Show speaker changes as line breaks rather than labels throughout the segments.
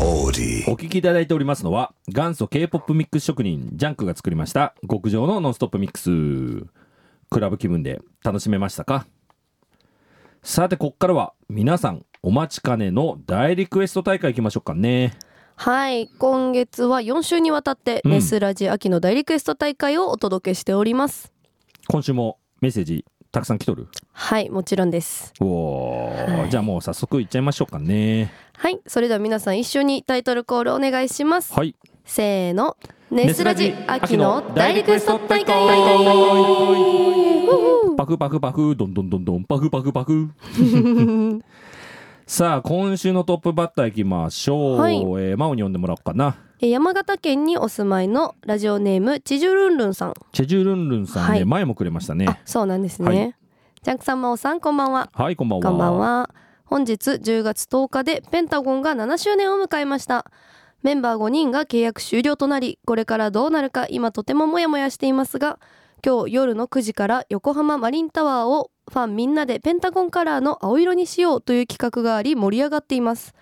オーデ
お
ィ
聞きいただいておりますのは、元祖 K-POP ミックス職人、ジャンクが作りました、極上のノンストップミックス。クラブ気分で楽しめましたかさて、こっからは、皆さん、お待ちかねの大リクエスト大会行きましょうかね。
はい今月は4週にわたって
うん
ネスラジ秋の大リクエスト大会をお届けしております、
今週もメッセージたくさん来とる
はいもちろんです
おおー、
はい
じゃあもう早速行っちゃいましょうかね。
はいそれでは皆さん一緒にタイトルコールお願いします
はい。
せーのネスラジ秋の大リクエスト大会
パクパクパク、どんどんどんどん、パクパクパク。さあ、今週のトップバッターいきましょう。
はい
えー、マオに呼んでもらおうかな。
えー山形県にお住まいのラジオネームちじゅるんるんさん
チェジュルンルンさんね、
はい
前もくれましたね
あ。そうなんですね、
はい
ジャンクさんまおさんこんばんは
はい、こんばんは。
こんばんは。本日10月10日でペンタゴンが7周年を迎えました。メンバー5人が契約終了となり、これからどうなるか今とてもモヤモヤしていますが、今日夜の9時から横浜マリンタワーをファンみんなでペンタゴンカラーの青色にしようという企画があり盛り上がっています。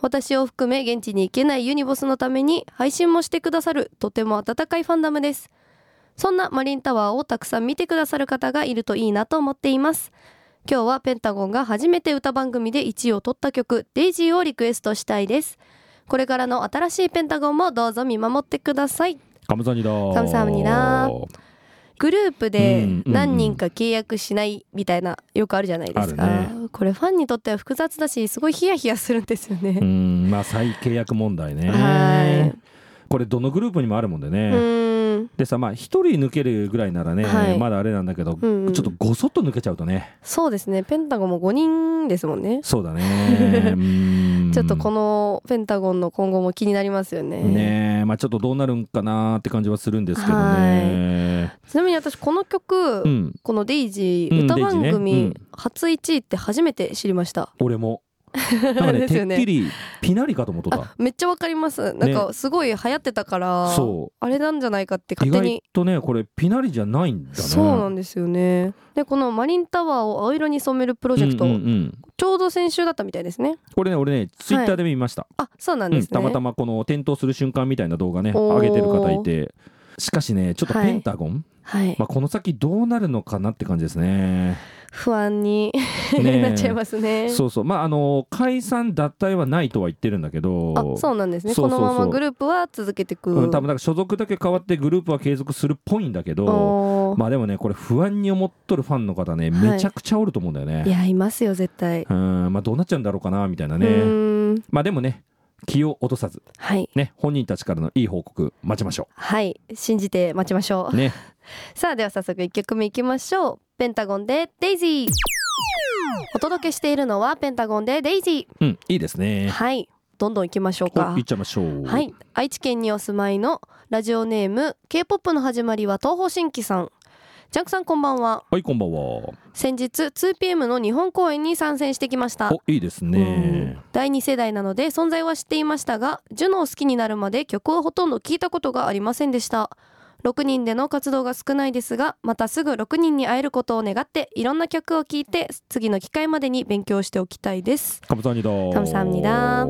私を含め現地に行けないユニボスのために配信もしてくださるとても温かいファンダムです。そんなマリンタワーをたくさん見てくださる方がいるといいなと思っています。今日はペンタゴンが初めて歌番組で1位を取った曲「デイジー」をリクエストしたいですこれからの新しいペンタゴンもどうぞ見守ってください
カムサニだー。
カムサハムニだグループで
うんうん
何人か契約しないみたいなよくあるじゃないですか、
ある
これファンにとっては複雑だしすごいヒヤヒヤするんですよ
う
ね、
ん、まあ再契約問題ね。
はい
これどのグループにもあるもんで
う
ね。
ーん
でさまあ、1人抜けるぐらいならね、
はい
まだあれなんだけど、
うんうん
ちょっとごそっと抜けちゃうとね
そうですねペンタゴンも5人ですもんね
そうだ ねうん
ちょっとこのペンタゴンの今後も気になりますよね
ねえまあちょっとどうなるんかなって感じはするんですけどね、
ちなみに私この曲、
うん、
この「デイジ
う
ー
ん
歌番
デイジーねうん
組初1位って初めて知りました、
俺もなんかね
です
て
よ
っ
ね
きりピナリかと思っとった
めっちゃわかりますなんかすごい流行ってたから、
そ
あれなんじゃないかって
う意
勝手
外
に
とねこれピナリじゃないんだね
そうなん
だ
ですよねでこのマリンタワーを青色に染めるプロ
プ
ジェクト、
うんうんうん
ちょうど先週だったみたいですね
これね俺ねツイッターで見ました、
あそうなん
う
で
ん
すね、
たまたまこの転倒する瞬間みたいな動画ね
お
上
ー
げてる方いてしかしねちょっとペンタゴン、
はい、
まあ、この先どうなるのかなって感じですね。
不安に
ねえ
なっちゃいますね
そうそうまああの解散脱退はないとは言ってるんだけど
あそうなんですね
そうそうそう
このままグループは続けていく、
うん、多分だから所属だけ変わってグループは継続するっぽいんだけど
おー
まあでもねこれ不安に思っとるファンの方ね
はい
めちゃくちゃおると思うんだよね。
いやいますよ絶対、
うんまあどうなっちゃうんだろうかなみたいな
う
ね。
ーん
まあでもね気を落とさず
はい
ね本人たちからのいい報告待ちましょ
はい信じて待ちましょう
う。ね。
さあでは早速1曲目いきましょうペンタゴンでデイジーお届けしているのはペンタゴンでデイジ
うんいいです
ー
ね。
はいどんどんいきましょう
お
か
行っちゃいましょう。
はい愛知県にお住まいのラジオネーム K-POP の始まりは東方神起さんジャンクさんこんばんは
はいこんばんは。お
先日 2PM の日本公演に参戦してきました
いいです
うん
ね。
第2世代なので存在は知っていましたがジュノを好きになるまで曲をほとんど聞いたことがありませんでした6人での活動が少ないですがまたすぐ6人に会えることを願っていろんな曲を聴いて次の機会までに勉強しておきたいです
カムサハムニダー。
カムサハムニダ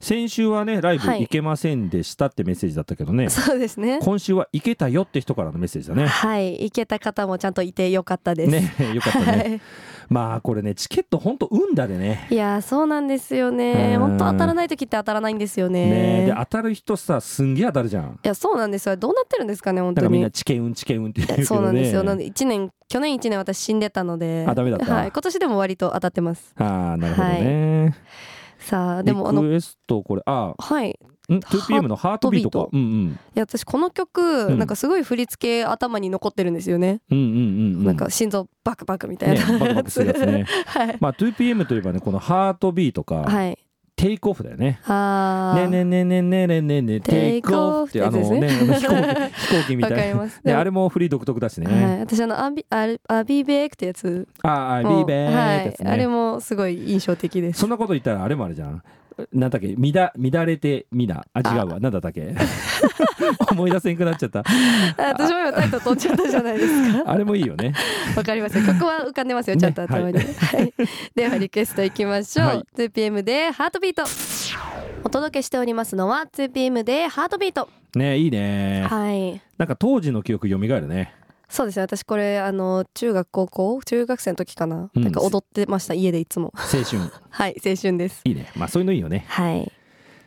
先週はねライブ
はい
行けませんでしたってメッセージだったけどね。
そうですね
今週は行けたよって人からのメッセージだね。
はい行けた方もちゃんといてよかったです
ね よかったね。
はい
まあこれねチケット本当運だでね。
いやーそうなんですよね
うん
本当当たらない時って当たらないんですよね
ねで当たる人さすんげえ当たるじゃん。
いやそうなんですよどうなってるんですかね本
だか
当
らみん
に
なチケ運チケ運って言うけどね。
そうなんですよ。なんで一年去年一年私死んでたので、
あダメだった
はい、今年でも割と当たってます。
ああなるほどね。
さあでもあ
リ
の
クエストこれあ
はい、い
ん 2PM のハートビート
ハ
か
ー。ト
うんうん
や私この曲、
ん
なんかすごい振り付け頭に残ってるんですよね。
うんうんうんう。
なんか心臓バクバクみたい
ね
な、
バクバクするやつね。
はい。
まあ 2PM といえばねこのハートビートか、
はい。
テイクオフだよね。
ああ。
ねねねねねねねねテイクオフってあのねあの飛行 機飛行機み
わ
た
か
い
り
な。
ます。
ね
でも
あれもフリー独特だし
は
ね。
い、私あのアビアルアビベークってやつ
ああビ
も
ーベーです
はい、あれ
ね。
もすごい印象的です
そんなこと言ったらあれもあるじゃん。なんだっけみだ乱れてみなあ違うわなんだったっけ 思い出せんくなっちゃった
あ 私も今タイトル飛んじゃったじゃないですか
あれもいいよね
わかりますよ。曲は浮かんでますよ。ちゃんと頭に。
ね
はい、ではリクエストいきましょう。
はい
2PM でハートビート。お届けしておりますのは 2PM でハートビート
ねいいね
はい
なんか当時の記憶蘇るね
そうですね私これあの中学高校中学生の時かな、
うん
なんか踊ってました家でいつも
青春
はい青春です
いいねまあそういうのいいよね
はい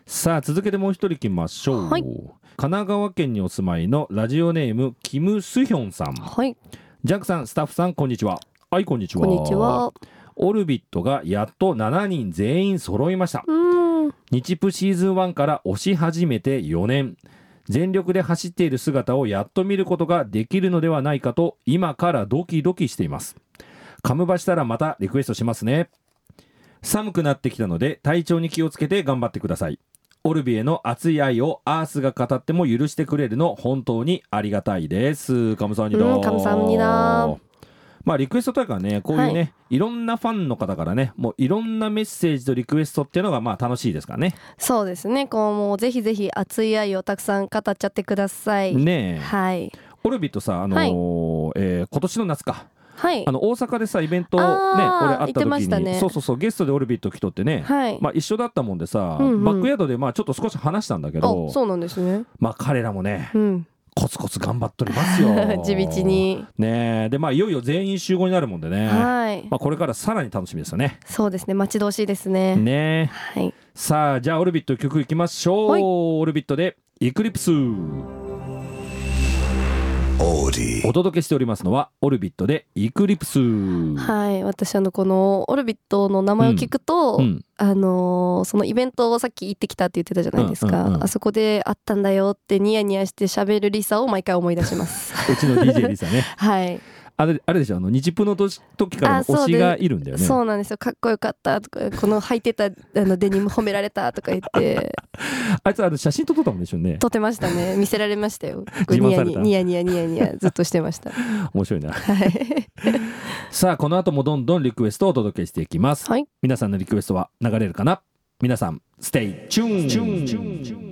さあ続けてもう一人いきましょう、
はい
神奈川県にお住まいのラジオネームキム・スヒョンさん
はい
ジャンクさんスタッフさんこんにちははいこんにちは
こんにちは
オルビットがやっと7人全員揃いました
うん
日プシーズン1から押し始めて4年全力で走っている姿をやっと見ることができるのではないかと今からドキドキしていますカムバしたらまたリクエストしますね寒くなってきたので体調に気をつけて頑張ってくださいオルビへの熱い愛をアースが語っても許してくれるの本当にありがたいですカムサハニダ
うんカムサハニダ
まあリクエストというかねこういうね、、
はい
ろんなファンの方からねもういろんなメッセージとリクエストっていうのがまあ楽しいですからね
そうですねこうもうぜひぜひ熱い愛をたくさん語っちゃってください、
ねえ、
はい
オルビットさ、あのーえー今年の夏か、
はい
あの大阪でさ、イベントね、俺
あー
会った
言って
時
まし
に、
たね
そうそうそう、ゲストでオルビット来とってね、
はい、
まあ、一緒だったもんでさ、
うんうん
バックヤードでまあちょっと少し話したんだけど、
あそうなんですね
まあ彼らもね、
うん。
コツコツ頑張っとりますよ
地道。に、
ねえ、で、まあ、いよいよ全員集合になるもんでね、
はい、
まあ、これからさらに楽しみですよね。
そうですね待ち遠しいですね
ねえ
はい
さあ、じゃあ、オルビット曲いきましょう。
はい
オルビットで、エクリプス。
Audi.
お届けしておりますのは、オルビットで、エクリプス。
はい私あのこのオルビットの名前を聞くと、
うん、
あのーそのイベントをさっき行ってきたって言ってたじゃないです
う
か、
んうんうん
あそこで会ったんだよってニヤニヤして喋るリサを毎回思い出します
うちの DJ リサね。
はい、
あれあれでしょあの日プの時時からの
あそうで
推しがいるんだよね。
そうなんですよかっこよかったとかこの履いてたあのデニム褒められたとか言 って
あいつあの写真撮っとったもんでしょうね。
撮ってましたね見せられましたよ
自慢
ニ
さ
ヤ
れ
ニ
た
ヤニヤニヤニヤニヤずっとしてました
面白いな。
はい
さあこの後もどんどんリクエストをお届けしていきます。
はい
皆さんのリクエストは流れるかな。皆さんステイチューン。